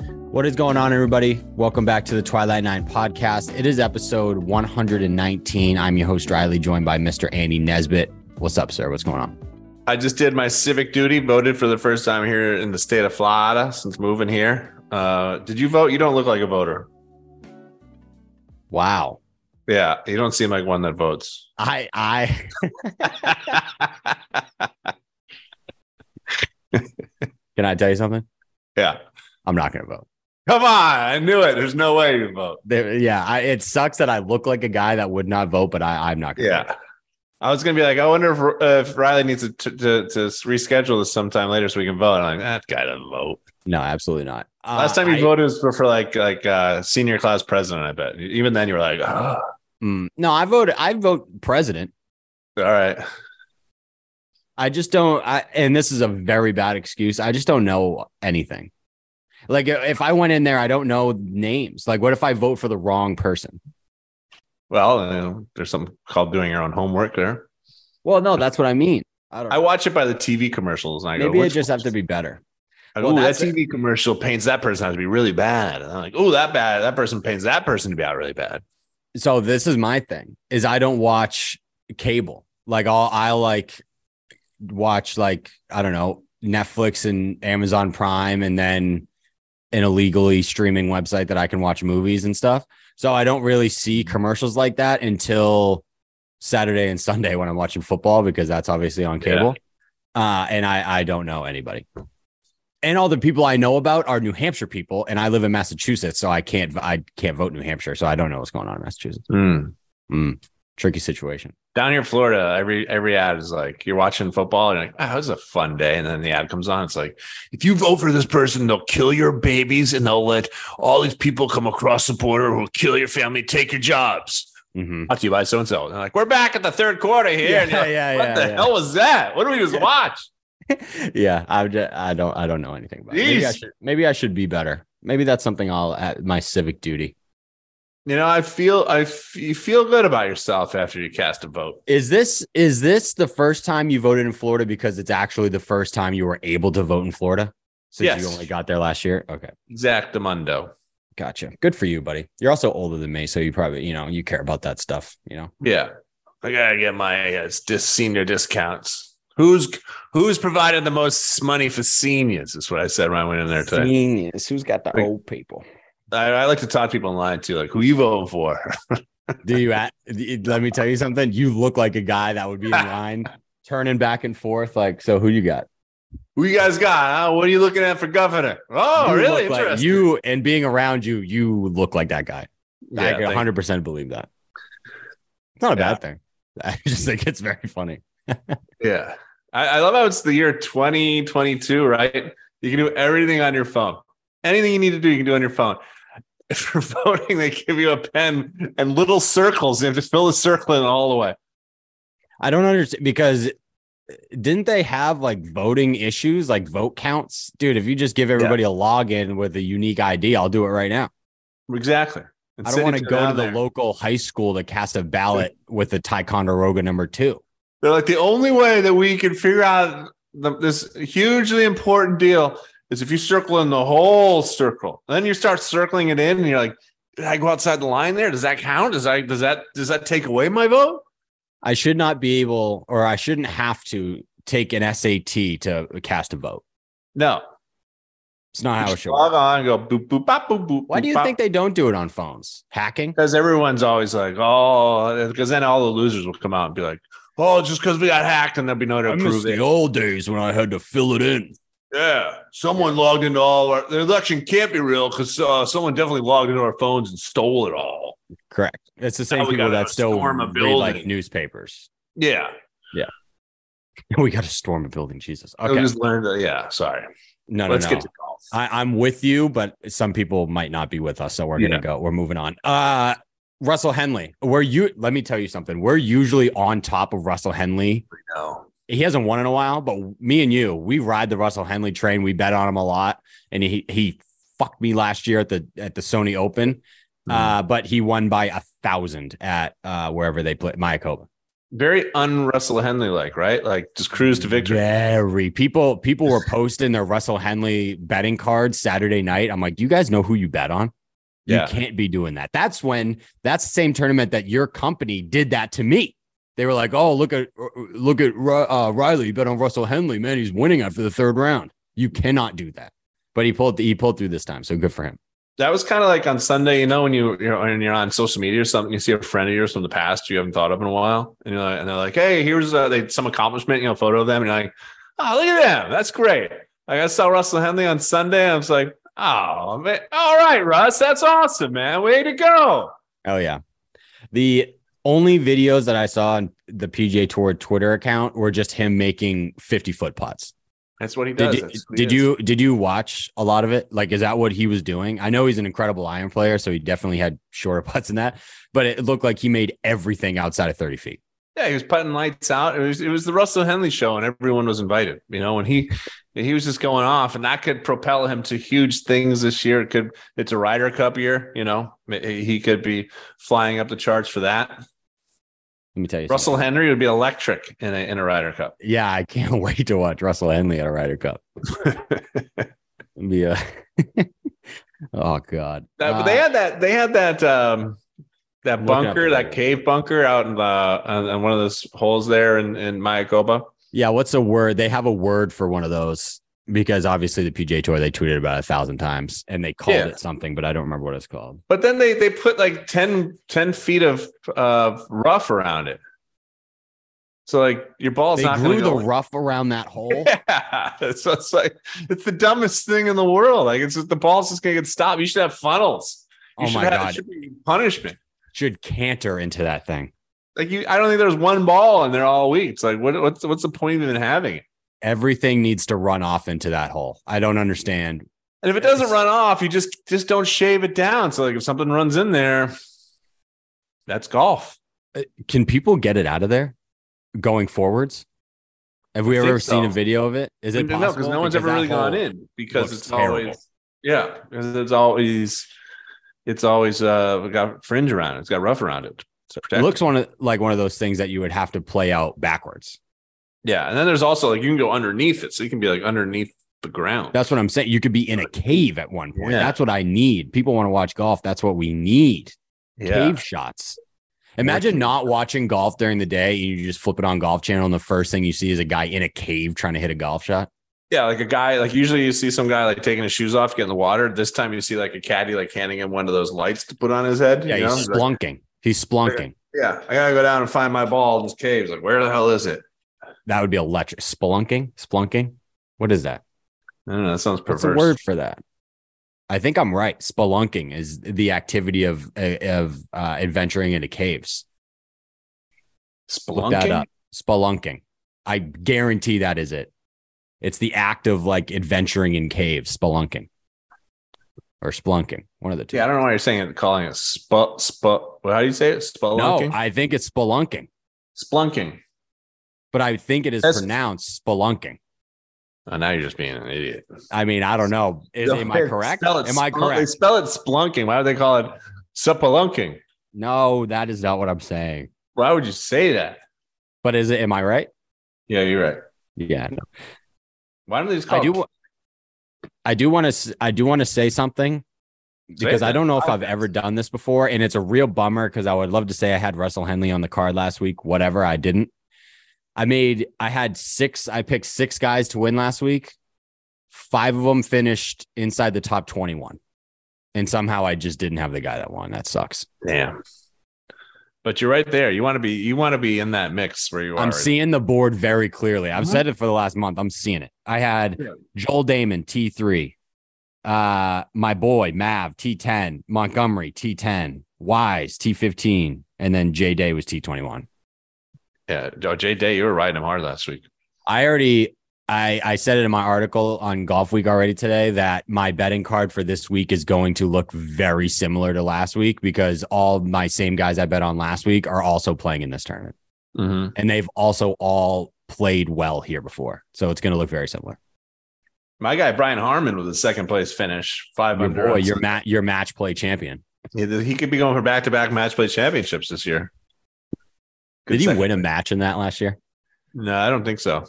What is going on, everybody? Welcome back to the Twilight Nine podcast. It is episode 119. I'm your host, Riley, joined by Mr. Andy Nesbitt. What's up, sir? What's going on? I just did my civic duty, voted for the first time here in the state of Florida since moving here. Uh, did you vote? You don't look like a voter. Wow. Yeah, you don't seem like one that votes. I, I, can I tell you something? yeah. I'm not going to vote. Come on. I knew it. There's no way you vote. There, yeah. I, it sucks that I look like a guy that would not vote, but I, I'm not going to. Yeah. I was going to be like, I wonder if, uh, if Riley needs to, to, to, to reschedule this sometime later so we can vote. I'm like, that guy doesn't vote. No, absolutely not. Uh, Last time you I- voted was for, for like like uh, senior class president, I bet. Even then you were like, "Ugh, Mm, no, I voted. I vote president. all right. I just don't. I, and this is a very bad excuse. I just don't know anything. Like uh, if I went in there, I don't know names. Like, what if I vote for the wrong person? Well, you know, there's something called doing your own homework there. Well, no, that's what I mean. I don't. I watch it by the TV commercials and I Maybe go, I "Which just have to one's-" be better. I well, go, "Ooh, that that's it. TV commercial paints that person out to be really bad. And I'm like, oh, that bad. That person paints that person to be out really bad. So this is my thing: is I don't watch cable. Like I'll I like watch like I don't know Netflix and Amazon Prime, and then an illegally streaming website that I can watch movies and stuff. So I don't really see commercials like that until Saturday and Sunday when I'm watching football because that's obviously on Yeah. cable. Uh, and I I don't know anybody. And all the people I know about are New Hampshire people, and I live in Massachusetts, so I can't I can't vote in New Hampshire, so I don't know what's going on in Massachusetts. Mm, tricky situation. Down here in Florida, every every ad is like you're watching football and you're like, oh, that was a fun day. And then the ad comes on. It's like, if you vote for this person, they'll kill your babies and they'll let all these people come across the border who will kill your family, take your jobs. Mhm. Brought to you by so and so. And like, we're back at the third quarter here. and you're like, yeah, what the yeah. hell was that? What did we just watch? yeah I, ju- I don't I don't know anything about it. Maybe I, Jeez. should, maybe I should be better. Maybe that's something I'll at my civic duty. You know, I feel I f- you feel good about yourself after you cast a vote. Is this is this the first time you voted in Florida because it's actually the first time you were able to vote in Florida since Yes. you only got there last year? Okay. Exactamundo. Gotcha. Good for you, buddy. You're also older than me, so you probably, you know, you care about that stuff, you know. Yeah, I gotta get my uh, dis- senior discounts. Who's who's provided the most money for seniors? Is what I said when I went in there today. Seniors, who's got the Like- old people? I, I like to talk to people in line too, like who you voting for? Do you at, let me tell you something? You look like a guy that would be in line turning back and forth like, so who you got? who you guys got? Huh? What are you looking at for governor? Oh, You really? look like- Interesting. you and being around you, you look like that guy. I Yeah, can thank- 100 percent believe that. It's not a Yeah. bad thing. I just think it's very funny. yeah. I, I love how it's the year twenty twenty two, right? You can do everything on your phone. Anything you need to do, you can do on your phone. If you're voting, they give you a pen and little circles. You have to fill the circle in all the way. I don't understand because didn't they have like voting issues, like vote counts? Dude, if you just give everybody a login with a unique ID, I'll do it right now. Exactly. And I City don't want to took go it out to of the there. local high school to cast a ballot with the Ticonderoga number two. They're like the only way that we can figure out the, this hugely important deal is if you circle in the whole circle. Then you start circling it in, and you're like, "Did I go outside the line there? Does that count? Does I does that does that take away my vote?" I should not be able or I shouldn't have to take an SAT to cast a vote. No. It's not how it Just should log work. on, go boop boop bop boop boop. Why do boop, you bop. think they don't do it on phones? Hacking? Because everyone's always like, "Oh," because then all the losers will come out and be like, "Oh, just because we got hacked, and there'll be no to I miss prove it." the old days when I had to fill it in. Yeah, someone logged into all our. The election can't be real because uh, someone definitely logged into our phones and stole it all. Correct. It's the same we people gotta that still storm a read like building. newspapers. Yeah, we got to storm a building, Jesus. I Okay, just learned. That, yeah, sorry. no, no, Let's no. get to golf. I, I'm with you, but some people might not be with us, so we're gonna Yeah. go. We're moving on. Uh, Russell Henley, we're you. Let me tell you something. We're usually on top of Russell Henley. No. He hasn't won in a while, but me and you, we ride the Russell Henley train. We bet on him a lot, and he he fucked me last year at the at the Sony uh, Open. Uh, but he won by a thousand at uh wherever they play Mayakoba. very un Russell Henley like, right? Like just cruise to victory. Very people people were posting their Russell Henley betting cards Saturday night. I'm like, do you guys know who you bet on? Yeah. You can't be doing that. That's when that's the same tournament that your company did that to me. They were like, "Oh, look at look at Ri- uh, Riley. You bet on Russell Henley, man. He's winning after the third round. You cannot do that." But he pulled he pulled through this time, so good for him. That was kind of like on Sunday, you know, when you you're when you're on social media or something, you see a friend of yours from the past you haven't thought of in a while, and you're like, and they're like, "Hey, here's uh, they, some accomplishment," you know, photo of them, and you're like, "Oh, look at them, that's great." Like I saw Russell Henley on Sunday, and I was like, "Oh, man. all right, Russ, that's awesome, man, way to go." Oh yeah. The only videos that I saw on the PGA Tour Twitter account were just him making 50 foot putts. That's what he does. Did, you, That's who he did is. you did you watch a lot of it? Like, is that what he was doing? I know he's an incredible iron player, so he definitely had shorter putts than that. But it looked like he made everything outside of thirty feet. Yeah, he was putting lights out. It was it was the Russell Henley show, and everyone was invited. You know, and he he was just going off, and that could propel him to huge things this year. It could it's a Ryder Cup year. You know, he could be flying up the charts for that. Let me tell you, Russell something. Henry would be electric in a in a Ryder Cup. Yeah, I can't wait to watch Russell Henley at a Ryder Cup. It'd Be a oh god. That- Uh, but they had that they had that um that Look up bunker, there. that cave bunker out in the on, on one of those holes there in in Mayakoba. yeah, what's a word? They have a word for one of those because obviously the PJ Tour they tweeted about it a thousand times and they called Yeah. it something, but I don't remember what it's called. But then they they put like 10, 10 feet of uh, rough around it. So like your ball's they not going grew to the go. in. rough around that hole. yeah, so it's like it's the dumbest thing in the world. Like it's just the ball's just going to get stopped. You should have funnels. You oh should my have, it god. should be punishment. Should canter into that thing. Like you, I don't think there's one ball in there all week. It's like what, what's what's the point of even having it? everything needs to run off into that hole. I don't understand. And if it Yes. doesn't run off, you just just don't shave it down. So like if something runs in there, that's golf. Can people get it out of there going forwards? Have we I ever think seen a so. video of it? Is it no, possible? because no one's Because ever that really gone hole- in because looks it's terrible. always yeah, because it's always it's always uh got fringe around it. It's got rough around it. to It protect looks one of like one of those things that you would have to play out backwards. it. yeah, and then there's also like you can go underneath it, so you can be like underneath the ground. That's what I'm saying. You could be in a cave at one point. Yeah. That's what I need. People want to watch golf. That's what we need. yeah. Cave shots. Imagine not watching golf during the day and you just flip it on Golf Channel and the first thing you see is a guy in a cave trying to hit a golf shot. yeah, like a guy like usually you see some guy like taking his shoes off, getting in the water. This time you see like a caddy like handing him one of those lights to put on his head. Yeah, you know? he's He's like, splunking. He's splunking. yeah, I gotta go down and find my ball in this cave. He's like, where the hell is it? That would be electric. Spelunking? Splunking? What is that? I don't know. That sounds What's perverse. the word for that? I think I'm right. Spelunking is the activity of of uh, adventuring into caves. Look that Spelunking? up. Spelunking. I guarantee that is it. It's the act of like adventuring in caves, spelunking, or splunking. One of the two. Yeah, I don't know why you're saying it, calling it sp sp. How do you say it? Spelunking. no, I think it's spelunking, Splunking. but I think it is That's- pronounced spelunking. Oh, now you're just being an idiot. I mean, I don't know. Is, am I They correct? spell it Am I spel- correct? They spell it splunking. Why would they call it spelunking? No, that is not what I'm saying. Why would you say that? But is it? Am I right? Yeah, you're right. Yeah, no. Why don't they just call I do. it? wa- I do want to. I do want to say something because I don't know if I've ever done this before, and it's a real bummer because I would love to say I had Russell Henley on the card last week. Whatever, I didn't. I made. I had six. I picked six guys to win last week. Five of them finished inside the top twenty-one, and somehow I just didn't have the guy that won. That sucks. Damn. But you're right there. You want to be. You want to be in that mix where you are. I'm seeing the board very clearly. I've Mhm. said it for the last month. I'm seeing it. I had Yeah. Joel Damon T3, uh, my boy Mav T10, Montgomery T10, Wise T15, and then J Day was T21. Yeah, oh, Jay Day, you were riding him hard last week. I already I I said it in my article on Golf Week already today that my betting card for this week is going to look very similar to last week because all my same guys I bet on last week are also playing in this tournament. Mm-hmm. and they've also all played well here before. So it's going to look very similar. My guy Brian Harmon with a second place finish, five Your under. boy, on your ma- your match play champion. Sunday. he could be going for back to back match play championships this year. Did he second. win a match in that last year? No, I don't think so.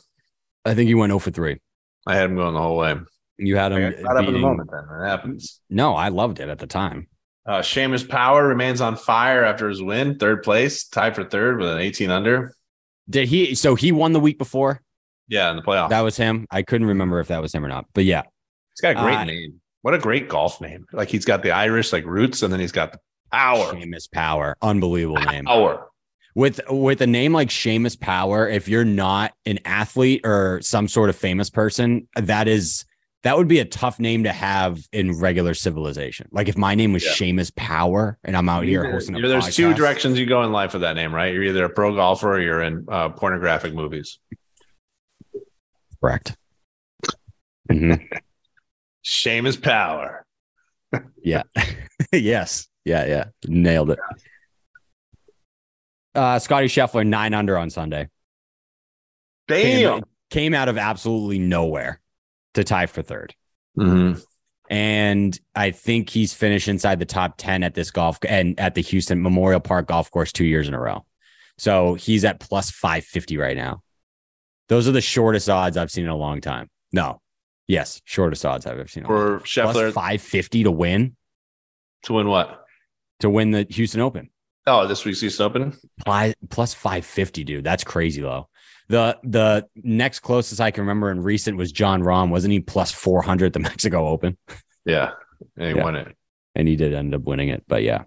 I think he went 0 for 3. I had him going the whole way. Um, You had I him. got caught up in the beating- moment then. That happens. No, I loved it at the time. Uh, Sheamus Power remains on fire after his win, third place, tied for third with an 18 under. Did he? So he won the week before. Yeah, in the playoff. That was him. I couldn't remember if that was him or not. But yeah, he's got a great uh, name. What a great golf name. Like he's got the Irish like roots, and then he's got the power. Seamus Power, unbelievable name. Power. With with a name like Seamus Power, if you're not an athlete or some sort of famous person, that is that would be a tough name to have in regular civilization. Like if my name was Yeah. Seamus Power and I'm out here Either- hosting a either there's two podcast- directions you go in life with that name, right? You're either a pro golfer or you're in uh, pornographic movies. Correct. Mhm. Seamus Power. yes. Yeah. Yeah. Nailed it. Uh, Scotty Scheffler nine under on Sunday. Damn. Came out of absolutely nowhere to tie for third. Mm-hmm. Mhm. and I think he's finished inside the top 10 at this golf and at the Houston Memorial Park golf course 2 years in a row. So he's at plus 550 right now. Those are the shortest odds I've seen in a long time. No. Yes, shortest odds I've ever seen. in a long time. For Scheffler Plus 550 to win to win what? to win the Houston Open. Oh, this week's Houston Open. Pli- Plus 550, dude. That's crazy low. The the next closest I can remember in recent was John Rahm. Wasn't he plus 400 at the Mexico Open? Yeah, and he Yeah. won it. and he did end up winning it. But yeah,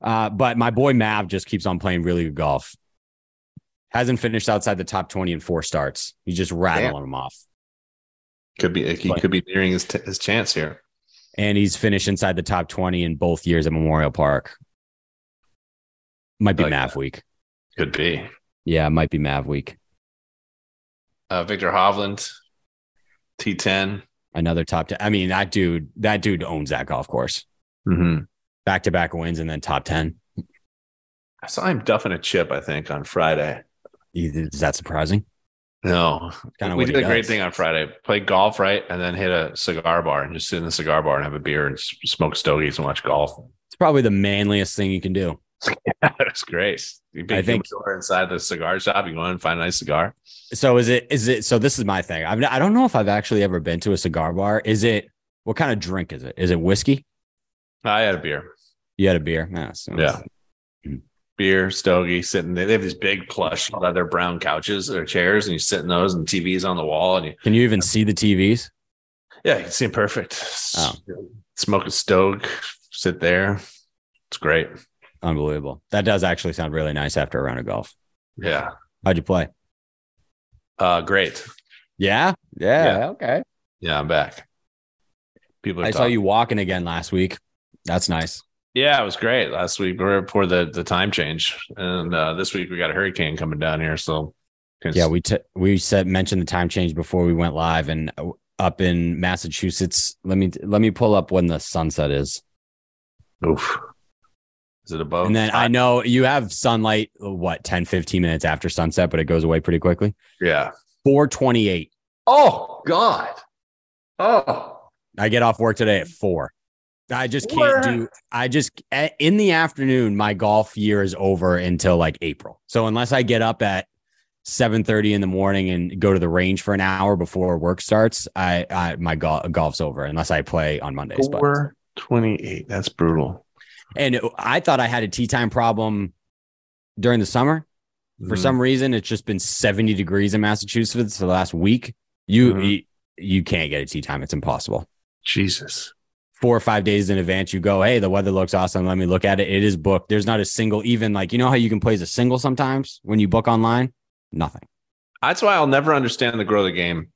uh, but my boy Mav just keeps on playing really good golf. Hasn't finished outside the top twenty in four starts. He's just rattling them off, Could be he could be nearing his, t- his chance here. and he's finished inside the top twenty in both years at Memorial Park. Might be Like Mav that. week. Could be Yeah, it might be Mav week. uh, Victor Hovland, T10. Another top ten. I mean, that dude. That dude owns that golf course. Mm-hmm. Back to back wins and then top ten. I saw him duffing a chip, I think, on Friday. Is that surprising? No, Kinda we what did he a great does. thing on Friday. Play golf, right, and then hit a cigar bar and just sit in the cigar bar and have a beer and s- smoke stogies and watch golf. It's probably the manliest thing you can do. it was great. You I big think- door inside the cigar shop. You go in and find a nice cigar. So is it is it so this is my thing. I've I don't know if I've actually ever been to a cigar bar. Is it what kind of drink is it? Is it whiskey? I had a beer. You had a beer. Yeah. so- Yeah. beer, stogie, sitting there. They have these big plush leather brown couches or chairs, and you sit in those, and TV's on the wall, and you, Can you even see the TVs? yeah, you can see 'em perfect. S- Oh. Smoke a stoke, sit there. It's great. Unbelievable. That does actually sound really nice after a round of golf. Yeah, How'd you play? uh, great. Yeah. Yeah. Okay. Yeah, I'm back. People, are I saw talking. you walking again last week. That's nice. Yeah, it was great last week. We were before the the time change, and uh, this week we got a hurricane coming down here, so Yeah, we t- we said mentioned the time change before we went live, and uh, up in Massachusetts. Let me let me pull up when the sunset is. Oof. Is it above? And then I know you have sunlight, what, 10, 15 minutes after sunset, but it goes away pretty quickly. yeah. 428. Oh God. Oh. I get off work today at four. I just can't Where- do, I just, a- in the afternoon, my golf year is over until like April. So unless I get up at 7.30 in the morning and go to the range for an hour before work starts, I, I my gol- golf's over unless I play on Mondays. But Four twenty-eight. That's brutal. And I thought I had a tea time problem during the summer. for Mhm. some reason it's just been 70 degrees in massachusetts for the last week you Mhm. you, you can't get a tea time it's impossible Mm, Jesus. four or five days in advance you go hey the weather looks awesome let me look at it it is booked there's not a single even like you know how you can play as a single sometimes when you book online nothing That's why I'll never understand the grow the game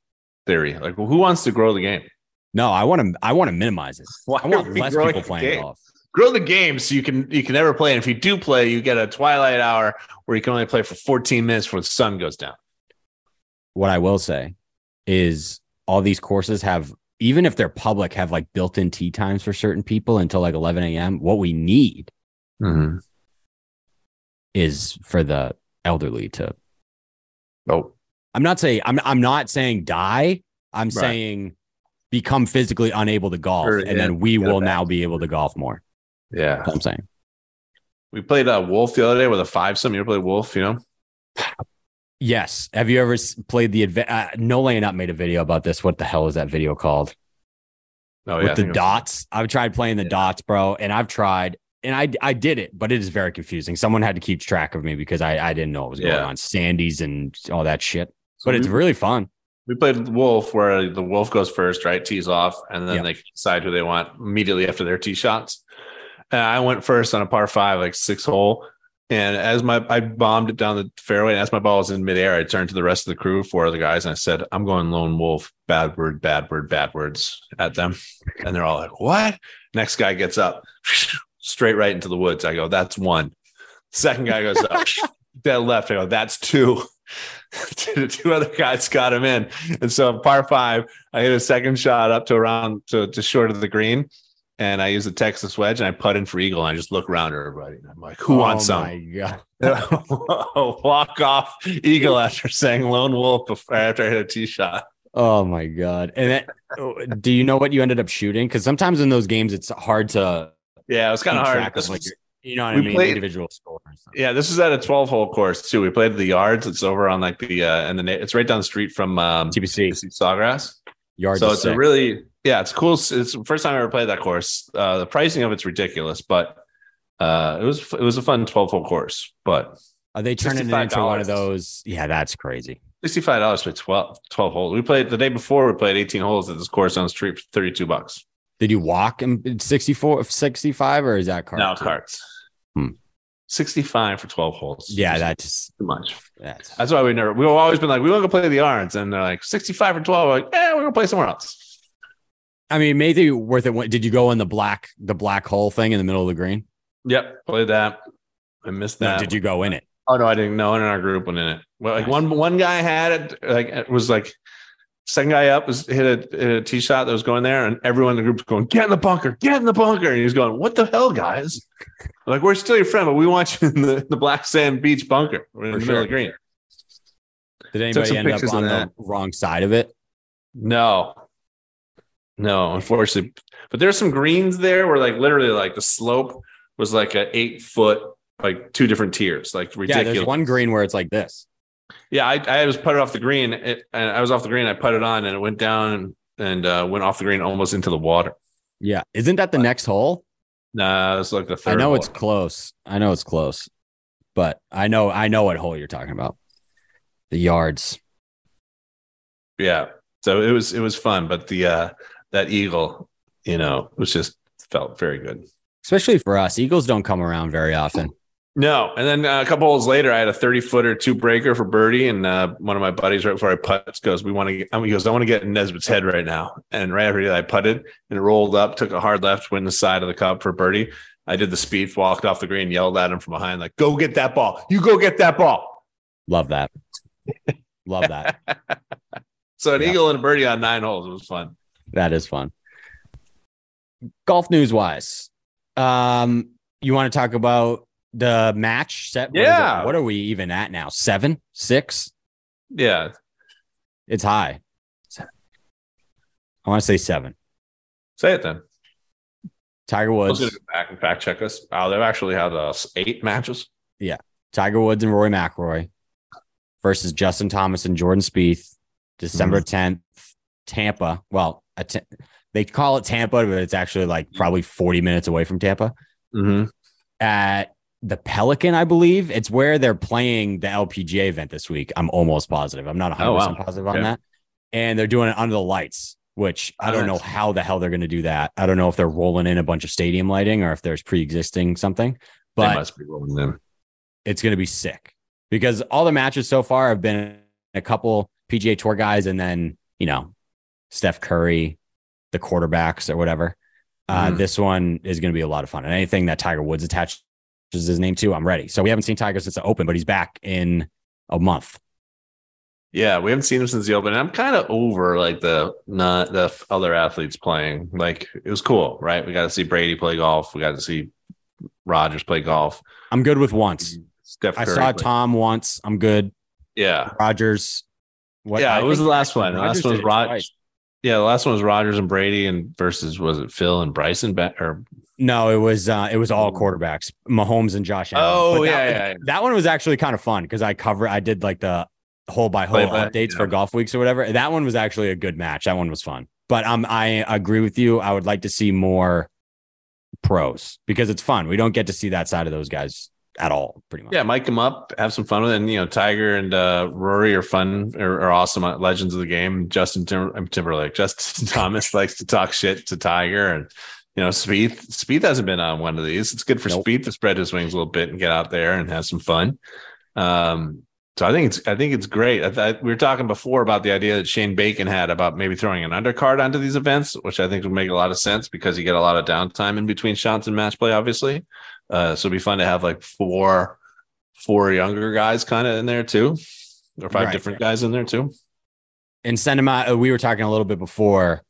theory. Like, who wants to grow the game? no i want to i want to minimize it Why i are want we less growing people the playing game? golf Grow the game so you can you can never play. And if you do play, you get a twilight hour where you can only play for 14 minutes before the sun goes down. what i will say is all these courses have even if they're public have like built-in tea times for certain people until like 11 a.m what we need Mm-hmm. is for the elderly to Oh, I'm not saying I'm I'm not saying die. I'm Right. saying become physically unable to golf Sure, and yeah. then we Get a will now be able to golf more. yeah. That's what I'm saying. We played uh, Wolf the other day with a five some. You ever play Wolf? You know, Yes. Have you ever s- played the adva- uh, No Laying Up made a video about this? What the hell is that video called? Oh, with I the think it was- dots. I've tried playing the dots, bro, and I've tried and I I did it, but it is very confusing. Someone had to keep track of me because I I didn't know what was going Yeah. on. Sandy's and all that shit. So But it's we- really fun. We played Wolf, where the Wolf goes first, right? Tees off, and then Yeah. they decide who they want immediately after their tee shots. And I went first on a par five, like six hole. And as my I bombed it down the fairway, and as my ball was in midair, I turned to the rest of the crew, four other guys, and I said, "I'm going lone wolf, bad word, bad word, bad words" at them, and they're all like, "What?" Next guy gets up, straight right into the woods. I go, "That's one." Second guy goes up, dead left. I go, "That's two. the two other guys got him in. And so par five, I hit a second shot up to around to, to short of the green. And I use the Texas wedge and I put in for Eagle. And I just look around at everybody. And I'm like, who wants oh some? my God. Walk off Eagle after saying lone wolf before after I hit a tee shot. Oh my god! And that, oh, do you know what you ended up shooting? Because sometimes in those games, it's hard to Yeah, it was kind keep of hard. track This of, like, was- your- you know what I we mean? played- Individual score. and stuff. yeah, this was at a 12 hole course too. We played the yards. It's over on like the uh, and the na- it's right down the street from um, TBC Sawgrass. yard. so to it's six. a really yeah it's cool it's the first time i ever played that course uh the pricing of it's ridiculous but uh it was it was a fun 12 hole course but Are they turning it into one $65. of those? Yeah, that's crazy. 65 dollars for 12 12 holes we played the day before we played 18 holes at this course on the street for 32 bucks Did you walk in 64, 65, or is that car? now carts Hmm. 65 for 12 holes Yeah, Just that's too much that's that's why we never we've always been like we want to play the yards and they're like 65 or 12 we're like yeah we're gonna play somewhere else I mean, maybe worth it. What- Did you go in the black, the black hole thing in the middle of the green? yep played that i missed that No, did you go in it? Oh no, I didn't. No one in our group went in it. Well, like Nice. one one guy had it. Like it was like second guy up was hit a, hit a tee shot that was going there, and everyone in the group was going, "Get in the bunker! Get in the bunker!" And he's going, "What the hell, guys? like we're still your friend, but we want you in the, the black sand beach bunker. We're in For the middle sure. of the green." Did some anybody end up pictures of on the that. wrong side of it? No, no, unfortunately. But there's some greens there where like literally like the slope was like a eight foot, like two different tiers, like ridiculous. Yeah, there's one green where it's like this. Yeah, I, I was putted off the green, it, and I was off the green. I putted on, and it went down and uh, went off the green almost into the water. Yeah, isn't that the next hole? Nah, it was like the third. I know hole. it's close. I know it's close, but I know I know what hole you're talking about. The yards. yeah. So it was it was fun, but the uh, that eagle, you know, was just felt very good. Especially for us, Eagles don't come around very often. No, and then uh, a couple holes later, I had a thirty footer two breaker for birdie, and uh, one of my buddies right before I putts goes, "We want to." get He goes, "I want to get in Nesbitt's head right now." And right after I putted and it rolled up, took a hard left, went in the side of the cup for birdie. I did the speed, walked off the green, yelled at him from behind, like, "Go get that ball! You go get that ball!" Love that. Love that. So an Yeah. eagle and a birdie on nine holes. It was fun. That is fun. Golf news wise, um, you want to talk about the match set? What is it- Yeah. what are we even at now? Seven, six? Yeah, It's high. I want to say seven. say it then. Tiger I Woods, was going to go back and fact check us. Oh, they've actually had uh, eight matches. Tiger Woods and Roy McIlroy versus Justin Thomas and Jordan Spieth, Mm-hmm. December 10th, Tampa. Well, a t- they call it Tampa, but it's actually like probably 40 minutes away from Tampa. Mm-hmm. at the Pelican, I believe. It's where they're playing the LPGA event this week. I'm almost positive. I'm not 100% Oh, wow. positive on Okay. that. And they're doing it under the lights, which I don't know Nice. how the hell they're going to do that. I don't know if they're rolling in a bunch of stadium lighting or if there's pre existing something, They but must be rolling them. it's going to be sick because all the matches so far have been a couple PGA Tour guys and then, you know, Steph Curry, the quarterbacks or whatever. Uh, Mhm. This one is going to be a lot of fun. And anything that Tiger Woods attaches his name to, I'm ready. So we haven't seen Tiger since the Open, but he's back in a month. Yeah, we haven't seen him since the open. And I'm kind of over like the not the f- other athletes playing. Like it was cool, right? We got to see Brady play golf. We got to see Rogers play golf. I'm good with once. Steph I Curry. saw play- Tom once. I'm good. Yeah, Rogers. What, yeah. I it was the think last actually one. The last Rogers one was did it twice. Rogers. Yeah, the last one was Rogers and Brady and versus was it Phil and Bryson back or um, No, it was uh, it was all quarterbacks, Mahomes and Josh Allen. Oh, But that, yeah, yeah, yeah. that one was actually kind of fun because I cover I did like the hole by hole Play by- updates yeah. for golf weeks or whatever. That one was actually a good match. That one was fun. But um, I agree with you. I would like to see more pros because it's fun. We don't get to see that side of those guys at all, pretty much. Yeah, mic them up, have some fun with it. And, you know, Tiger and uh, Rory are fun, are, are awesome uh, legends of the game. Justin Tim- um, Timberlake, Justin Thomas likes to talk shit to Tiger, and you know, Spieth. Spieth hasn't been on one of these. It's good for Nope. Speed Spieth to spread his wings a little bit and get out there and have some fun. Um, so I think it's I think it's great. I th- we were talking before about the idea that Shane Bacon had about maybe throwing an undercard onto these events, which I think would make a lot of sense because you get a lot of downtime in between shots and match play, obviously. Uh, so it'd be fun to have like four four younger guys kind of in there too, or five Right. different guys in there too. and send them out. uh, We were talking a little bit before,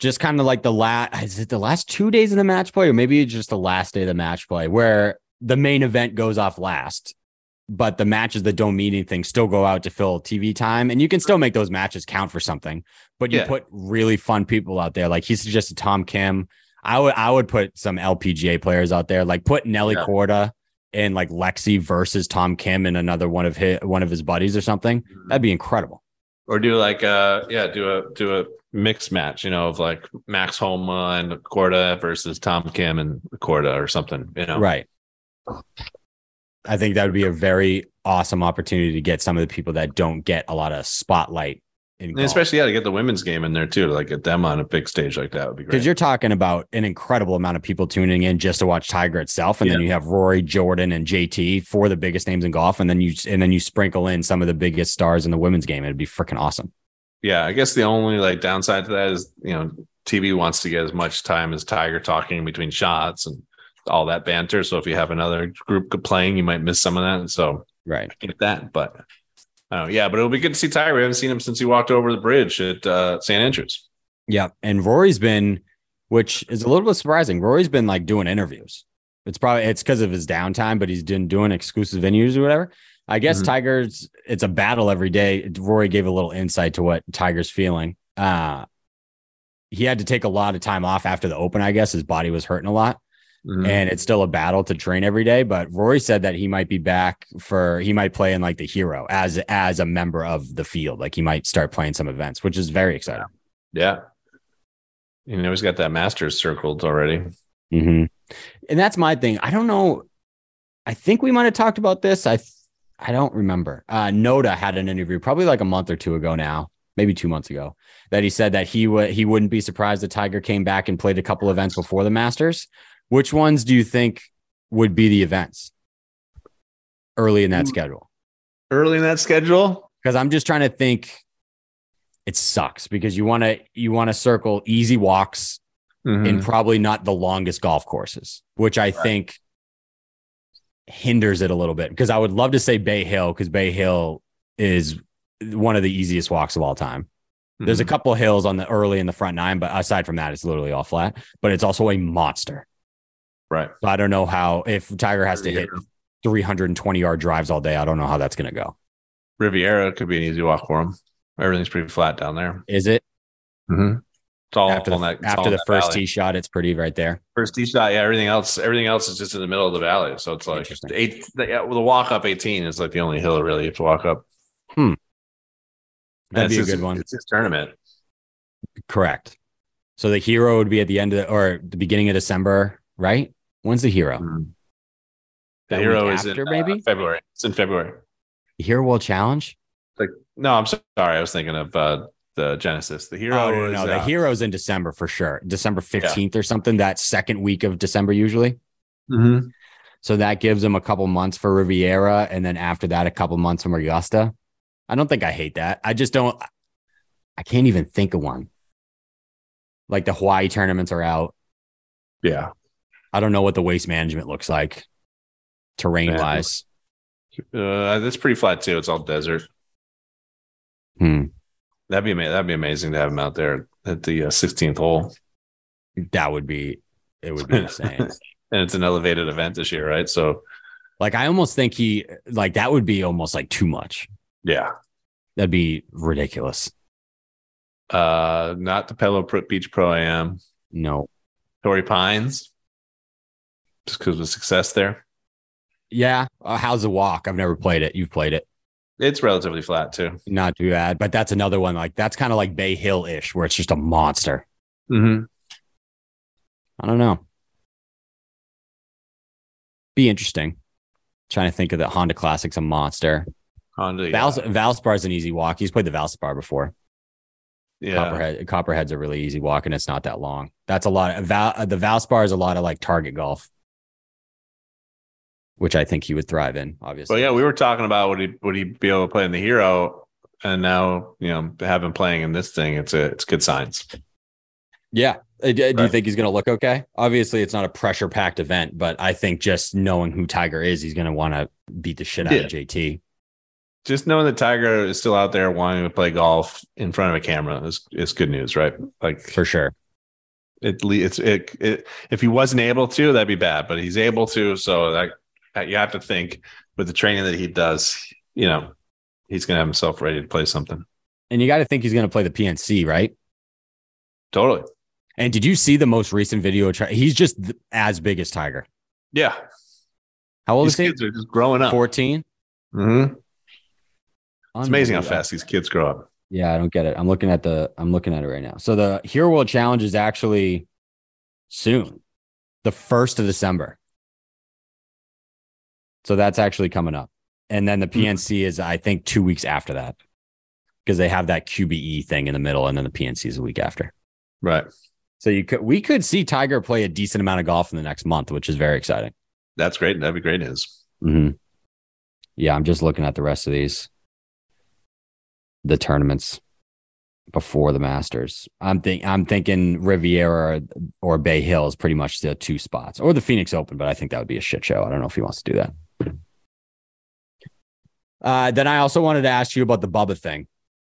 just kind of like the last, is it the last two days of the match play, or maybe it's just the last day of the match play where the main event goes off last, but the matches that don't mean anything still go out to fill TV time. And you can still make those matches count for something, but you Yeah. put really fun people out there. Like he suggested Tom Kim. I would I would put some LPGA players out there, like put Nelly Yeah. Corda and like Lexi versus Tom Kim and another one of his one of his buddies or something. That'd be incredible. Or do like uh yeah, do a do a mixed match, you know, of like Max Homa and Corda versus Tom Kim and Corda or something, you know. Right. I think that would be a very awesome opportunity to get some of the people that don't get a lot of spotlight in And golf. especially yeah, to get the women's game in there too, like get them on a big stage like that would be because great. you're talking about an incredible amount of people tuning in just to watch Tiger itself, and then you have Rory, Jordan, and JT for the biggest names in golf, and then you and then you sprinkle in some of the biggest stars in the women's game. It'd be freaking awesome. yeah, I guess the only like downside to that is you know TV wants to get as much time as Tiger talking between shots and all that banter. So if you have another group playing, you might miss some of that. So Right. get that, but I don't know. Yeah, but it'll be good to see Tiger. We haven't seen him since he walked over the bridge at uh, St. Andrews. Yeah. And Rory's been, which is a little bit surprising. Rory's been like doing interviews. It's probably it's because of his downtime, but he's been doing exclusive interviews or whatever. I guess Mhm. Tiger's it's a battle every day. Rory gave a little insight to what Tiger's feeling. Uh he had to take a lot of time off after the open, I guess. His body was hurting a lot Mm-hmm. and it's still a battle to train every day. But Rory said that he might be back for he might play in like the hero as as a member of the field. Like he might start playing some events, which is very exciting. yeah. You know, he's got that Masters circled already. hmm And that's my thing. I don't know. I think we might have talked about this. I th- I don't remember. Uh, Noda had an interview probably like a month or two ago now, maybe two months ago, that he said that he would he wouldn't be surprised that Tiger came back and played a couple events before the Masters. Which ones do you think would be the events early in that Hmm. schedule? Early in that schedule? because I'm just trying to think. It sucks because you want to you want to circle easy walks Mm-hmm. Hmm. and probably not the longest golf courses, which I think hinders it a little bit. Because I would love to say Bay Hill because Bay Hill is one of the easiest walks of all time. There's a Hmm. couple hills on the early in the front nine, but aside from that, it's literally all flat. But it's also a monster. Right. So I don't know how if Tiger has to hit 320 yard drives all day, I don't know how that's going to go. Riviera could be an easy walk for him. Everything's pretty flat down there. Is it? Mm-hmm. It's all after the, on that it's all after in the that first valley. tee shot, it's pretty right there. first tee shot. Yeah, everything else, everything else is just in the middle of the valley. So it's like Interesting. eight. The, yeah, well, the walk up eighteen is like the only hill really you have to walk up. Hmm. And That'd it's be a his- good one. It's his tournament. Correct. So the hero would be at the end of the, or the beginning of December, right? When's the hero? The Mm-hmm. That hero week is after, in, uh, maybe? February. It's in February. The Hero World Challenge? No, I'm so- sorry. I was thinking of uh, the Genesis. The hero. oh, no, no, is, no. uh, the hero's in December for sure. December 15th or something, that second week of December usually. mhm. So that gives him a couple months for Riviera. And then after that, a couple months from Augusta. I don't think I hate that. I just don't, I can't even think of one. Like the Hawaii tournaments are out. Yeah, I don't know what the waste management looks like terrain Yeah. wise. uh, that's pretty flat too. It's all desert. Hmm. That'd be ama- that'd be amazing to have him out there at the uh, 16th hole. That would be it would be insane. And it's an elevated event this year, right? So like I almost think he like that would be almost like too much. yeah, That'd be ridiculous. uh, not the Pelo Pro- Beach Pro Am. No. Torrey Pines. just because of the success there. Yeah. Uh, how's the walk? I've never played it. You've played it. It's relatively flat too. Not too bad. But that's another one. Like that's kind of like Bay Hill ish, where it's just a monster. Mm-hmm. I don't know. Be interesting. Trying to think of the Honda Classic's a monster. Honda, yeah. Vals Valspar's an easy walk. He's played the Valspar before. yeah. Copperhead Copperhead's a really easy walk, and it's not that long. That's a lot. Of, Val, uh, the Valspar is a lot of like target golf, which I think he would thrive in. Obviously, Well, yeah, we were talking about would he would he be able to play in the hero, and now you know have him playing in this thing. It's a it's good signs. Yeah. Uh, Do do you Right. think he's going to look okay? Obviously, it's not a pressure packed event, but I think just knowing who Tiger is, he's going to want to beat the shit out Yeah. of JT. Just knowing that Tiger is still out there wanting to play golf in front of a camera is is good news, right? Like For sure. it le- it's it, it if he wasn't able to, that'd be bad, but he's able to, so that that you have to think with the training that he does, you know, he's gonna have himself ready to play something. And you got to think he's going to play the PNC, right? Totally. And did you see the most recent video? Tri- he's just th- as big as Tiger. Yeah. How old These is he? kids are just growing up. 14. Mhm. It's amazing how fast these kids grow up. Yeah, I don't get it. I'm looking at the I'm looking at it right now. So the Hero World Challenge is actually soon, the first of December. So that's actually coming up. And then the Hmm. PNC is I think two weeks after that. Because they have that QBE thing in the middle, and then the PNC is a week after. Right. So you could we could see Tiger play a decent amount of golf in the next month, which is very exciting. That's great. That'd be great news. Mm-hmm. Yeah, I'm just looking at the rest of these, the tournaments before the Masters. I'm think I'm thinking Riviera or, or Bay Hill is pretty much the two spots, or the Phoenix Open, but I think that would be a shit show. I don't know if he wants to do that. Uh, then I also wanted to ask you about the Bubba thing.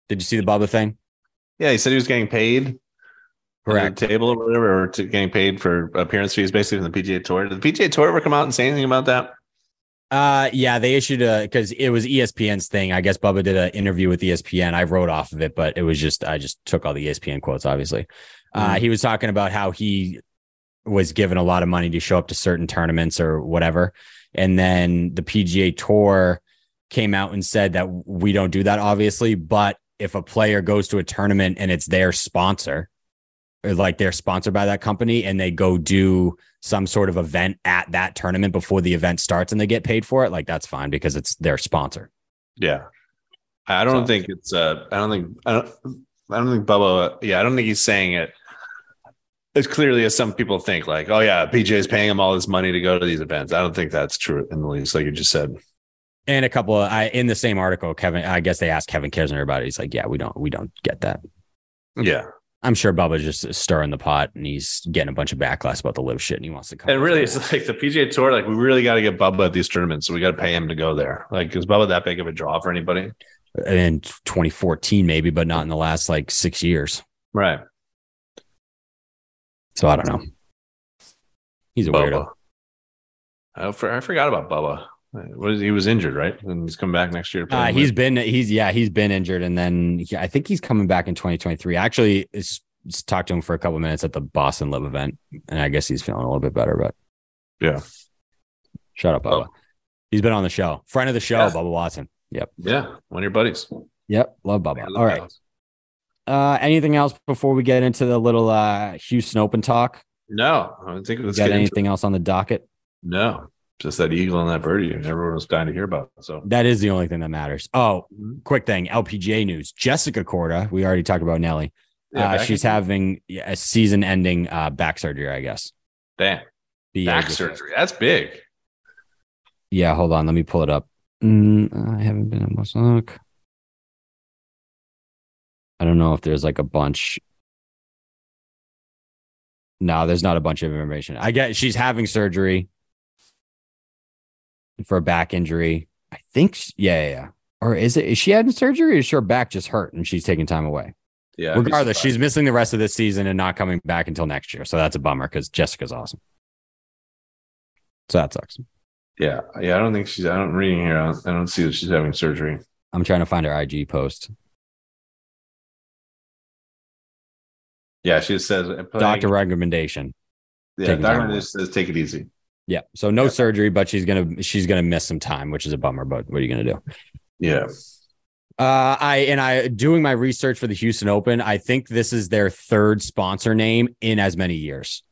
Did you see the Bubba thing? Yeah, he said he was getting paid at the table or whatever, or to getting paid for appearance fees basically from the PGA Tour. Did the PGA Tour ever come out and say anything about that? Uh, yeah, they issued a because it was E ESPN's thing. I guess Bubba did an interview with E ESPN. I wrote off of it, but it was just I just took all the E ESPN quotes. Obviously, uh, Mhm. he was talking about how he was given a lot of money to show up to certain tournaments or whatever, and then the PGA Tour came out and said that we don't do that, obviously, but if a player goes to a tournament and it's their sponsor, or like they're sponsored by that company, and they go do some sort of event at that tournament before the event starts and they get paid for it, like that's fine because it's their sponsor. Yeah, I I don't So- think it's. Uh, I don't think. I don't. I don't think Bubba. Yeah, I don't think he's saying it as clearly as some people think. Like, oh yeah, PJ is paying him all this money to go to these events. I don't think that's true in the least. Like you just said. And a couple of I in the same article, Kevin, I guess they asked Kevin Kisner about it. He's like, Yeah, we don't we don't get that. Yeah, I'm sure Bubba's just stirring the pot and he's getting a bunch of backlash about the live shit and he wants to come. and really, it's like the PGA Tour. Like, we really got to get Bubba at these tournaments, so we got to pay him to go there. Like, is Bubba that big of a draw for anybody? in 2014, maybe, but not in the last like six years. Right. So I don't know. He's a weirdo. Bubba. I, for, I forgot about Bubba. What is, he was injured, right? And he's coming back next year. to play Uh, in he's the- been he's yeah he's been injured and then he- I think he's coming back in 2023. I actually s- s- talked to him for a couple minutes at the Boston Live event, and I guess he's feeling a little bit better. But Yeah. shut up, Bubba. He's been on the show, friend of the show, Yeah. Bubba Watson. Yep, yeah, one of your buddies. yep, love Bubba. All right, uh, anything else before we get into the little uh, Houston Open talk? No, I don't think it You was got anything else on the docket? No, just that eagle and that birdie, and everyone was dying to hear about. It, so That is the only thing that matters. Oh, Mm-hmm. quick thing, LPGA news: Jessica Corda. We already talked about Nelly. Yeah, uh, back- she's having yeah, a season-ending uh, back surgery, I guess. damn The, uh, back just- surgery. That's big. Yeah, hold on. Let me pull it up. Mm, I haven't been on look. I don't know if there's like a bunch. No, there's not a bunch of information. I get she's having surgery for a back injury. I think, she- yeah, yeah, yeah. Or is it? Is she having surgery? Or is her back just hurt and she's taking time away? Yeah. I'd be Regardless, surprised. she's missing the rest of this season and not coming back until next year. So that's a bummer because Jessica's awesome. So that sucks. yeah, yeah. I don't think she's. I don't reading here. I don't, I don't see that she's having surgery. I'm trying to find her IG post. Yeah, she says playing- Doctor recommendation. Yeah, taking doctor time. just says take it easy. Yeah. So no surgery, but she's gonna she's gonna miss some time, which is a bummer. But what are you gonna do? Yeah. Uh, I and I doing my research for the Houston Open. I think this is their third sponsor name in as many years.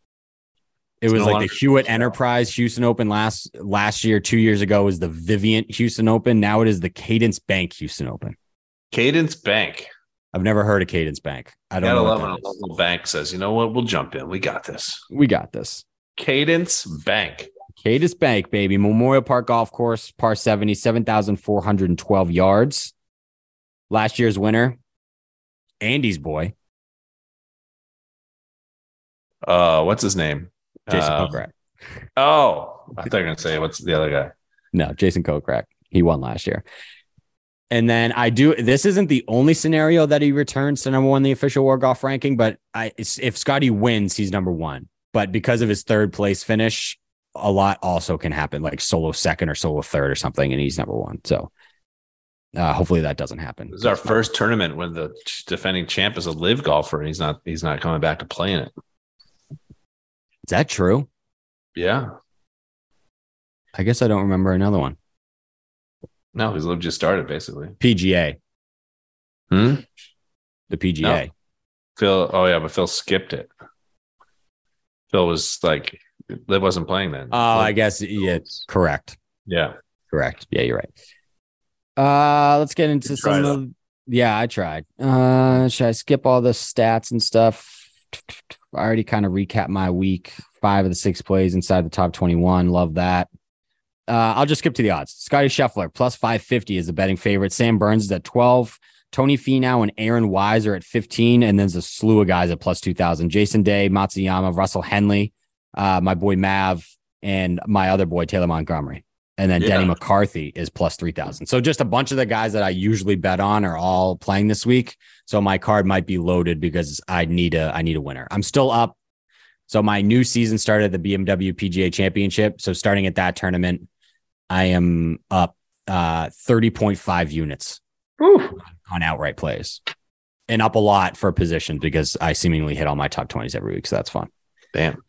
It It's was been a like long the time. Hewitt Enterprise Houston Open last last year. Two years ago was the Vivient Houston Open. Now it is the Cadence Bank Houston Open. Cadence Bank. I've never heard of Cadence Bank. I don't Gotta know. what love when a that is. local bank says, you know what, we'll jump in. We got this. We got this. Cadence Bank. Cadence Bank, baby. Memorial Park Golf Course, par 70, 7,412 yards. Last year's winner, Andy's boy, Uh, what's his name? Jason Uh, Kokrak. Oh, I thought you were gonna say what's the other guy? No, Jason Kokrak. He won last year. And then I do. This isn't the only scenario that he returns to number one in the official war golf ranking, but I, it's- if Scotty wins, he's number one. But because of his third place finish, a lot also can happen, like solo second or solo third or something, and he's number one. So uh, hopefully that doesn't happen. This is our first tournament when the ch- defending champ is a live golfer and he's not he's not coming back to play in it. Is that true? Yeah. I guess I don't remember another one. No, his live just started basically. PGA, Hmm? the PGA. Phil oh yeah, but Phil skipped it. Phil was like Liv wasn't playing then. Oh, I guess yeah, correct, Yeah. correct. Yeah, you're right. Uh, let's get into You some. tried Of, yeah, I tried. Uh, should I skip all the stats and stuff? I already kind of recap my week. Five of the six plays inside the top 21. Love that. Uh, I'll just skip to the odds. Scotty Scheffler plus 550 is the betting favorite. Sam Burns is at 12. Tony Finau and Aaron Wise are at 15. And then there's a slew of guys at plus 2,000. Jason Day, Matsuyama, Russell Henley, uh, my boy Mav, and my other boy Taylor Montgomery. And then Yeah. Denny McCarthy is plus 3,000. So just a bunch of the guys that I usually bet on are all playing this week. So my card might be loaded because I need a I need a winner. I'm still up. So my new season started at the BMW PGA Championship. So starting at that tournament, I am up uh 30.5 units on outright plays and up a lot for positions because I seemingly hit all my top 20s every week. So that's fun. Damn.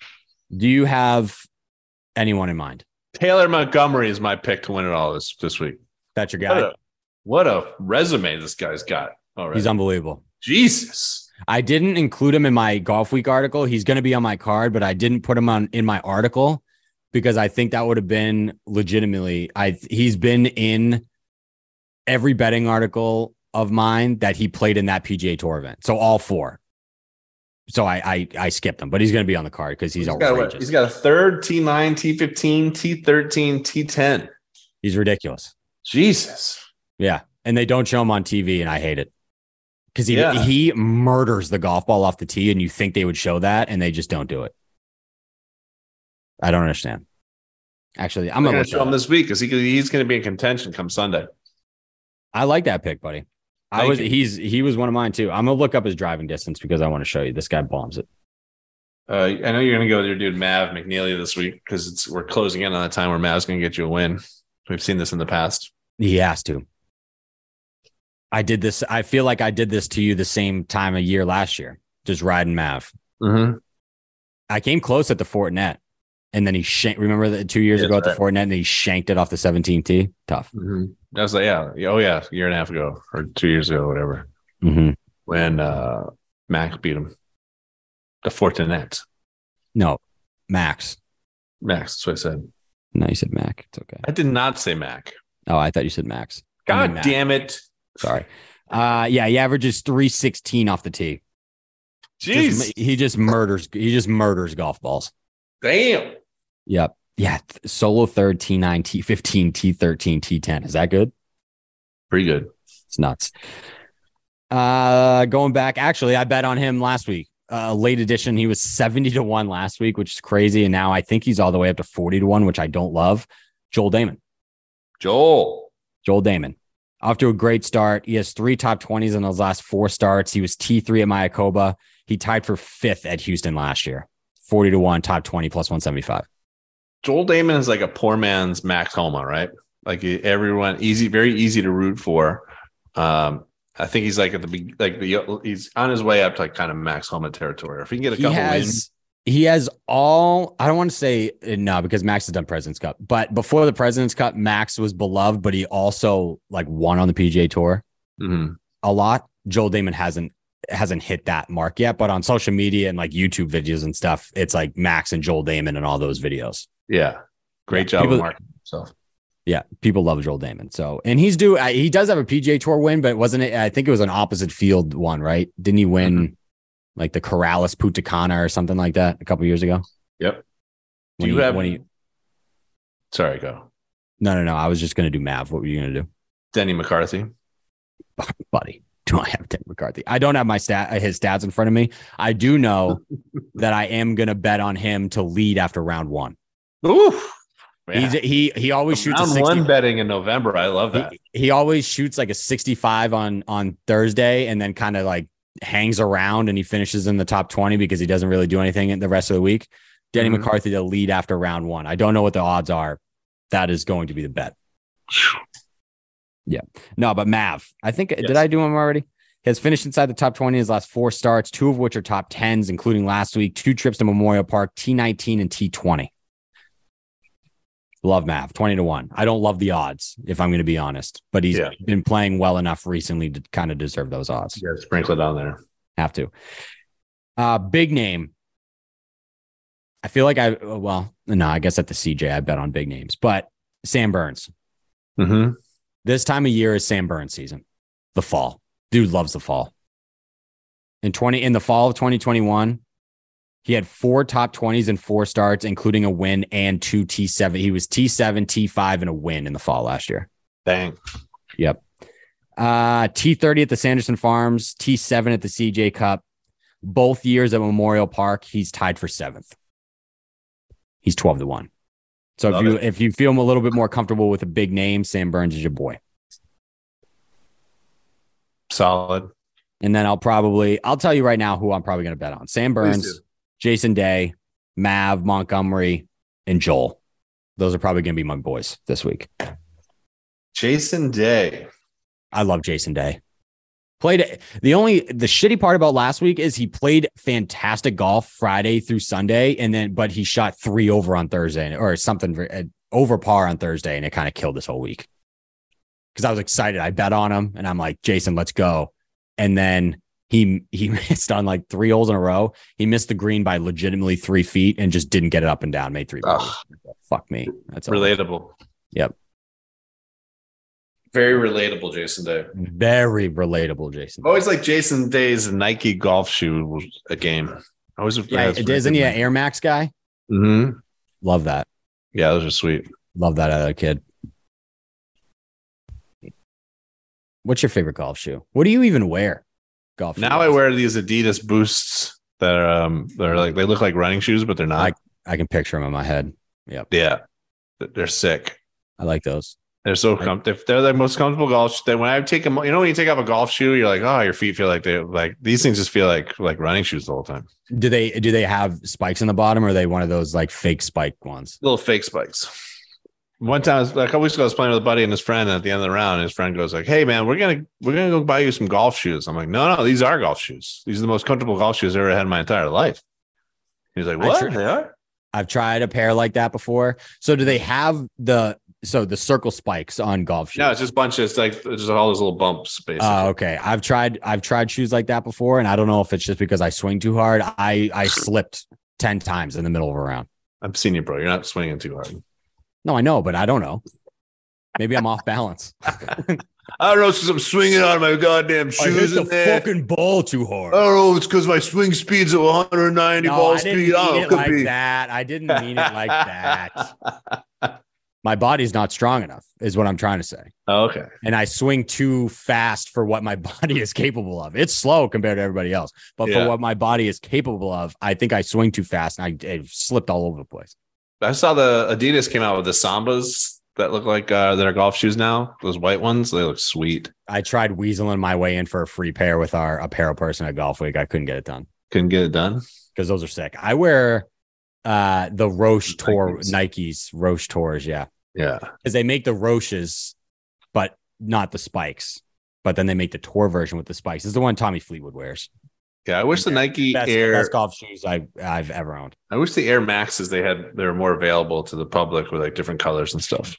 Do you have anyone in mind? Taylor Montgomery is my pick to win it all this this week. That's your What guy. a, what a resume this guy's got. All right. He's unbelievable. Jesus. I didn't include him in my golf week article. He's going to be on my card, but I didn't put him on in my article because I think that would have been legitimately. I he's been in every betting article of mine that he played in that PGA Tour event. So all four. So I I, I skipped him, but he's going to be on the card because he's, he's got, outrageous. what? he's got a third T9, T15, T13, T10. he's ridiculous. Jesus. Yeah, and they don't show him on TV, and I hate it because he Yeah. he murders the golf ball off the tee, and you think they would show that, and they just don't do it. I don't understand. Actually, I'm I'm gonna going look to show that him up. this week because he, he's going to be in contention come Sunday. I like that pick, buddy. I Thank was you. he's he was one of mine too. I'm gonna look up his driving distance because I want to show you this guy bombs it. Uh, I know you're going to go with your dude Mav McNeely this week because it's we're closing in on the time where Mav's going to get you a win. We've seen this in the past. He has to. I did this. I feel like I did this to you the same time of year last year, just riding Mav. Mm-hmm. I came close at the Fortinet, and then he shanked. Remember that two years Yeah, ago at the right. Fortinet, and he shanked it off the 17 tee. Tough. I was like, yeah, yeah, oh yeah, a year and a half ago or two years ago, whatever, Mm-hmm. when uh, Mac beat him. The Fortinet. No, Max. Max, that's what I said. No, you said Mac. It's okay. I did not say Mac. Oh, I thought you said Max. I God mean, Mac. damn it. Sorry. Uh, yeah, he averages 316 off the tee. Jeez. Just- he just murders. He just murders golf balls. damn. Yep. Yeah. th- Solo third, T9, T15, T13, T10. Is that good? Pretty good. It's nuts. Uh, going back, actually, I bet on him last week. Uh, late edition, he was 70 to 1 last week, which is crazy. And now I think he's all the way up to 40 to 1, which I don't love. Joel Damon. Joel. Joel Damon. Off to a great start. He has three top 20s in those last four starts. He was T3 at Mayakoba. He tied for fifth at Houston last year. 40 to 1, top 20 plus 175. Joel Damon is like a poor man's Max Homa, right? Like e, everyone, easy, very easy to root for. Um, I think he's like at the be- like the he's on his way up to like kind of Max Homa territory. If he can get a He couple has wins, he has all I don't want to say uh, no because Max has done President's Cup, but before the President's Cup, Max was beloved, but he also like won on the PGA tour Mhm. a lot. Joel Damon hasn't hasn't hit that mark yet, but on social media and like YouTube videos and stuff, it's like Max and Joel Damon and all those videos. Yeah. Great job People- of marketing himself. Yeah, people love Joel Damon. So, and he's due. I- He does have a PGA Tour win, but wasn't it? I think it was an opposite field one, right? Didn't he win Mm-hmm. like the Corrales Putacana or something like that a couple years ago? Yep. When Do you he- have- when he- Sorry, go. no, no, no. I was just gonna do Mav. What were you gonna do, Denny McCarthy. buddy? Do I have Tim McCarthy? I don't have my stat his stats in front of me. I do know that I am gonna bet on him to lead after round one. Ooh. He's he he always shoots a round 60, one betting in November. I love that. he, he always shoots like a 65 on on Thursday and then kind of like hangs around and he finishes in the top 20 because he doesn't really do anything in the rest of the week. Denny Mhm. McCarthy to lead after round one. I don't know what the odds are. That is going to be the bet. Yeah. No, but Mav, I think did Yes. I do him already? He has finished inside the top 20 in his last four starts, two of which are top 10s, including last week, two trips to Memorial Park, T19 and T20. Love Mav, 20 to 1. I don't love the odds, if I'm going to be honest, but he's Yeah. been playing well enough recently to kind of deserve those odds. Yeah, sprinkle it on there. Have to. Uh, big name. I feel like I, uh, well, no, I guess at the CJ, I bet on big names, but Sam Burns. Mm-hmm. This time of year is Sam Burns season. The fall. Dude loves the fall. In 20 in the fall of 2021, he had four top 20s and four starts including a win and two T7. He was T7, T5 and a win in the fall last year. Dang. Uh T30 at the Sanderson Farms, T7 at the CJ Cup. Both years at Memorial Park, he's tied for 7th. He's 12 to 1. So Love if you if you feel a little bit more comfortable with a big name, Sam Burns is your boy. Solid. And then I'll probably I'll tell you right now who I'm probably going to bet on: Sam Please Burns, do. Jason Day, Mav Montgomery, and Joel. Those are probably going to be my boys this week. Jason Day. I love Jason Day. Played the only the shitty part about last week is he played fantastic golf Friday through Sunday, and then but he shot three over on Thursday or something ver- uh, over par on Thursday, and it kind of killed this whole week. Because I was excited, I bet on him, and I'm like, Jason, let's go. And then he he missed on like three holes in a row. He missed the green by legitimately three feet and just didn't get it up and down. Made three. Ugh. birdies. Fuck me. That's all. Relatable. Yep. Very relatable, Jason Day. very relatable, Jason. I always like Jason Day's Nike golf shoe was a game. I always yeah, isn't he an Air Max guy? hmm Love that. Yeah, those are sweet. Love that other kid. What's your favorite golf shoe? What do you even wear? Golf. Now I shoe-wise? wear these Adidas Boosts that are um they're like they look like running shoes, but they're not. Like- I can picture them in my head. yeah, they're sick. I like those. They're so Like- com- they're, they're the most comfortable golf. Sh- that when I take them, you know, when you take off a golf shoe, you're like, oh, your feet feel like they like these things just feel like like running shoes the whole time. Do they do they have spikes in the bottom, or are they one of those like fake spike ones? Little fake spikes. One time, I was- like a couple weeks ago, I was playing with a buddy and his friend. And at the end of the round, his friend goes like, "Hey, man, we're gonna we're gonna go buy you some golf shoes." I'm like, "No, no, these are golf shoes. These are the most comfortable golf shoes I've ever had in my entire life." He's like, I "What? sure- they are? I've tried a pair like that before. So do they have the so the circle spikes on golf shoes? No, it's just a bunch of it's like it's just all those little bumps, basically." Uh, okay, I've tried I've tried shoes like that before, and I don't know if it's just because I swing too hard. I I slipped ten times in the middle of a round. I'm senior, bro. You're not swinging too hard. No, I know, but I don't know. Maybe I'm off balance. I don't know. It's because I'm swinging out of my goddamn shoes. in there. ball too hard. I don't know. It's because my swing speed's at 190 no, ball I didn't speed. mean Oh, it it could like be. that. I didn't mean it like that. My body's not strong enough, is what I'm trying to say. Oh, okay. And I swing too fast for what my body is capable of. It's slow compared to everybody else, but Yeah. for what my body is capable of, I think I swing too fast and I it slipped all over the place. I saw the Adidas came out with the Sambas that look like uh, their golf shoes now. Those white ones, they look sweet. I tried weaseling my way in for a free pair with our apparel person at Golf Week. I couldn't get it done. Couldn't get it done. because those are sick. I wear uh the Roche Tour Nikes. Nikes, Roche Tours, yeah, Yeah. because they make the Roches, but not the spikes. But then they make the tour version with the spikes. This is the one Tommy Fleetwood wears. Yeah, I wish the Yeah, Nike Best, Air. best golf shoes I I've ever owned. I wish the Air Maxes they had they were more available to the public with like different colors and stuff.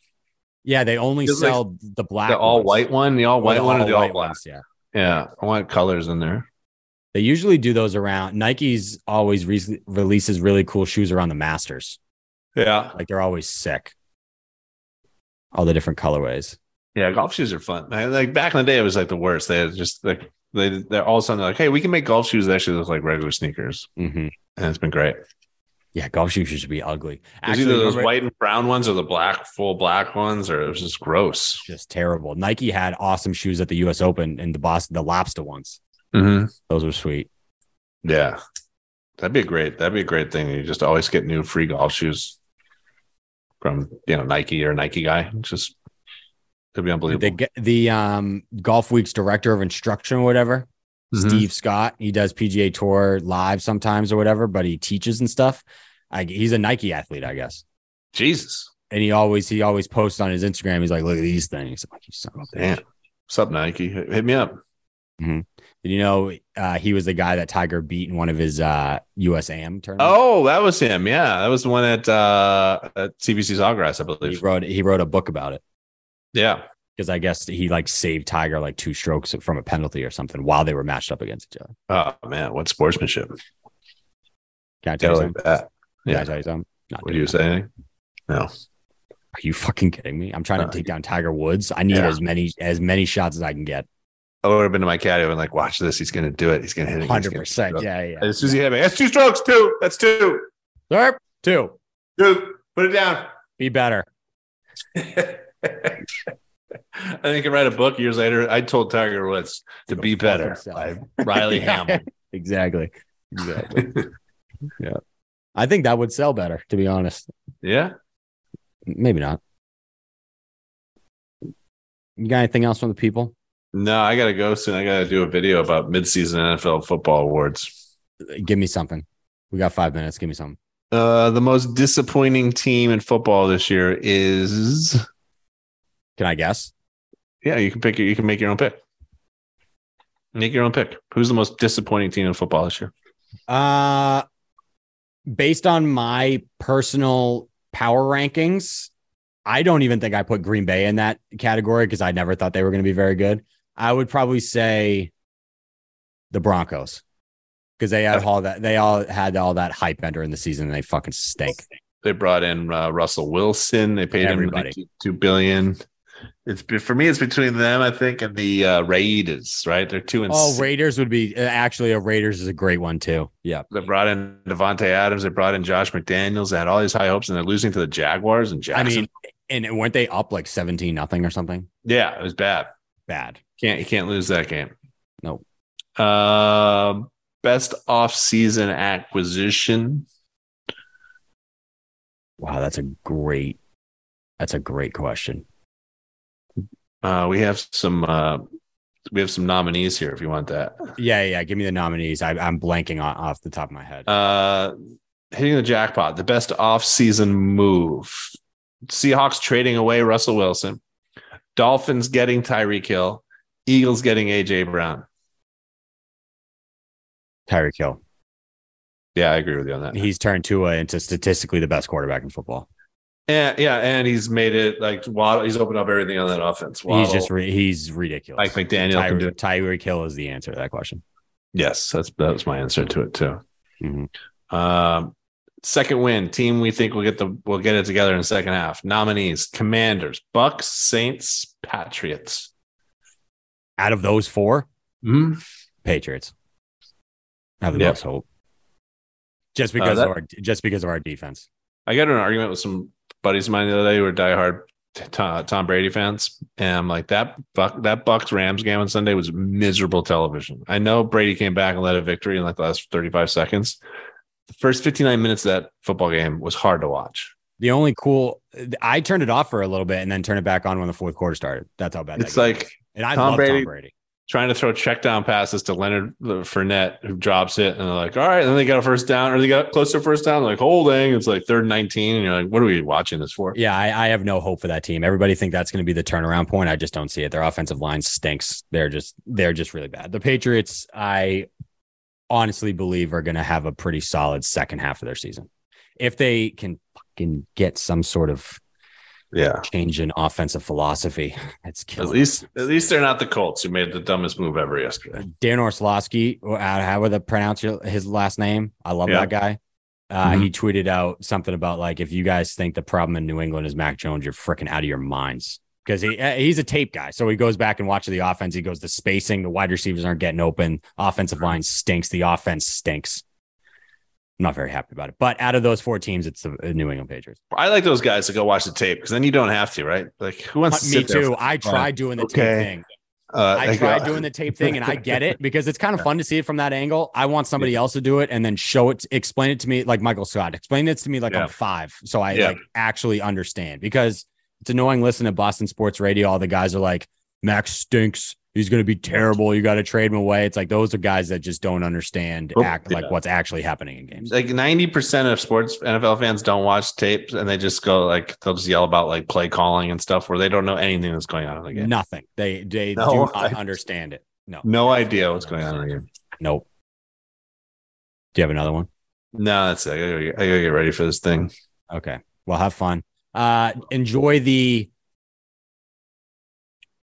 Yeah, they only Because, like, sell the black, the all ones. white one, the all Or white the one, or the all all-white black. ones, Yeah, Yeah, I want colors in there. they usually do those around. Nike's always re- releases really cool shoes around the Masters. Yeah, Like they're always sick. All the different colorways. yeah. Golf shoes are fun. Man. Like back in the day, it was like the worst. They had just like they they're all of a sudden they're like, hey, we can make golf shoes that actually look like regular sneakers, hmm and it's been great. Yeah, golf shoes should be ugly. It was either those remember- white and brown ones or the black full black ones, or it was just gross. just terrible. Nike had awesome shoes at the U.S. Open and the Boston, the Lobster ones. Mm-hmm. Those were sweet. Yeah, that'd be a great. That'd be a great thing. You just always get new free golf shoes from you know Nike or Nike guy. It's Just it'd be unbelievable. The g- the um, Golf Week's director of instruction or whatever, Mhm. Steve Scott. He does PGA Tour live sometimes or whatever, but he teaches and stuff. I, he's a Nike athlete, I guess. Jesus, And he always he always posts on his Instagram. He's like, "Look at these things." I'm like, "You son of a bitch." damn. What's up, Nike? Hit hit me up. Did you know uh, he was the guy that Tiger beat in one of his uh, USAM tournaments? Oh, that was him. Yeah, that was the one at uh at CBC Sawgrass, I he believe. wrote he wrote a book about it. Yeah, because I guess he like saved Tiger like two strokes from a penalty or something while they were matched up against each other. Oh man, what sportsmanship? Can I tell you Gotta like something? that. Can yeah. I tell you something? Not What do doing you that. say? anything? Are you fucking kidding me? I'm trying Uh, to take down Tiger Woods. I need yeah. as many as many shots as I can get. I would have been to my caddy and like, watch this. He's gonna do it. He's gonna hit it. He's gonna Hundred percent. do it." Yeah, yeah. And as soon as he hit me, that's two strokes. Two. That's two. Sir, two. Two. Put it down. Be better. I think I can write a book years later. I told Tiger Woods to Go be fuck better yourself. by Riley Yeah. Hammond. Exactly. Exactly. yeah. I think that would sell better, to be honest. Yeah. Maybe not. You got anything else from the people? No, I gotta go soon. I gotta do a video about midseason NFL football awards. Give me something. We got five minutes. Give me something. Uh, the most disappointing team in football this year is Can I guess? yeah. You can pick. You can make your own pick. Make your own pick. Who's the most disappointing team in football this year? Uh, based on my personal power rankings, I don't even think I put Green Bay in that category because I never thought they were going to be very good. I would probably say the Broncos because they had all that they all had all that hype entering the season and they fucking stink. They brought in uh, Russell Wilson. They paid Everybody. him two billion. It's be- for me. It's between them, I think, and the uh, Raiders. Right? They're two and Oh, six. Raiders would be actually a Raiders is a great one too. Yeah, They brought in Devontae Adams. They brought in Josh McDaniels. They had all these high hopes, and they're losing to the Jaguars and I Jackson. mean, and weren't they up like seventeen nothing or something? yeah, it was bad. Bad. Can't you can't lose that game? Nope. Uh, best off-season acquisition. Wow, that's a great. That's a great question. Uh, we have some. Uh, we have some nominees here. If you want that, Yeah, yeah. Give me the nominees. I, I'm blanking on, off the top of my head. uh, hitting the jackpot. The best off-season move. Seahawks trading away Russell Wilson. Dolphins getting Tyreek Hill. Eagles getting AJ Brown. Tyreek Hill. Yeah, I agree with you on that. He's turned Tua into statistically the best quarterback in football. And, yeah, and he's made it like Waddle. He's opened up everything on that offense. Waddle, He's just re- he's ridiculous. Mike McDaniel. can do Tyreek it. Tyreek Hill is the answer to that question. Yes, that's that was my answer to it too. Mhm. Um, second win team we think will get the we'll get it together in the second half. Nominees: Commanders, Bucks, Saints, Patriots. Out of those four, Hmm. Patriots have the Yeah. Uh, most hope. Just because that- of our just because of our defense. I got in an argument with some buddies of mine the other day who are diehard T- Tom Brady fans, and I'm like that Buck, that Bucks Rams game on Sunday was miserable television. I know Brady came back and led a victory in like the last 35 seconds. The first 59 minutes of that football game was hard to watch. The only cool, I turned it off for a little bit and then turned it back on when the fourth quarter started. That's how bad. that It's game like was. and I Tom love Brady- Tom Brady. trying to throw check down passes to Leonard uh, Fournette, who drops it, and they're like, all right, and then they got a first down, or they got close to a first down, like holding. It's like third and 19, and you're like, what are we watching this for? Yeah, I, I have no hope for that team. Everybody think that's going to be the turnaround point. I just don't see it. Their offensive line stinks. They're just they're just really bad. The Patriots, I honestly believe are going to have a pretty solid second half of their season if they can fucking get some sort of Yeah. change in offensive philosophy. It's At killing. me. least at least they're not the Colts who made the dumbest move ever yesterday. Dan Orslowski, or uh, however to pronounce your- his last name. I love Yeah. that guy. Uh, Mhm. He tweeted out something about like, if you guys think the problem in New England is Mac Jones, you're freaking out of your minds because he uh, he's a tape guy. So he goes back and watches the offense. He goes, the spacing, the wide receivers aren't getting open. Offensive line stinks. The offense stinks. I'm not very happy about it. But out of those four teams, it's the uh, New England Patriots. I like those guys to go watch the tape because then you don't have to, right? Like who wants Uh, to Me sit there too. I tried doing the Okay. tape thing. for- Uh, I like, tried uh, doing the tape thing and I get it because it's kind of fun to see it from that angle. I want somebody else to do it and then show it, explain it to me like Michael Scott. Explain it to me like Yeah. I'm five. So I Yeah. like actually understand because it's annoying listening to Boston Sports Radio. All the guys are like, Max stinks. He's going to be terrible. You got to trade him away. It's like those are guys that just don't understand Oh, act yeah. like what's actually happening in games. like 90% of sports NFL fans don't watch tapes and they just go like they'll just yell about like play calling and stuff where they don't know anything that's going on in the game. Nothing. They they No, do not I- understand it. No. No idea what's going on in the game. Nope. Do you have another one? No, that's it. I gotta, get- I gotta get ready for this thing. Okay. Well, have fun. Uh, enjoy the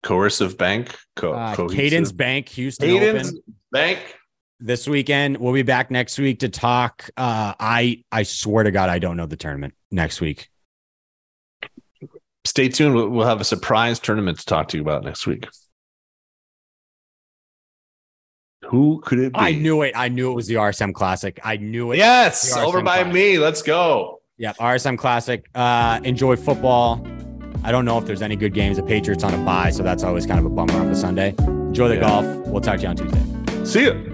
Coercive bank, co- uh, cohesive- Cadence Bank Houston Cadence Open bank. this weekend. We'll be back next week to talk. Uh, I I swear to God, I don't know the tournament next week. Stay tuned. We'll we'll have a surprise tournament to talk to you about next week. Who could it be? I knew it. I knew it was the RSM Classic. I knew it. Yes, We are over by sometime. me. Let's go. Yeah. RSM Classic. Uh, enjoy football. I don't know if there's any good games. The Patriots on a bye, so that's always kind of a bummer on the Sunday. Enjoy the Yeah. golf. We'll talk to you on Tuesday. See you.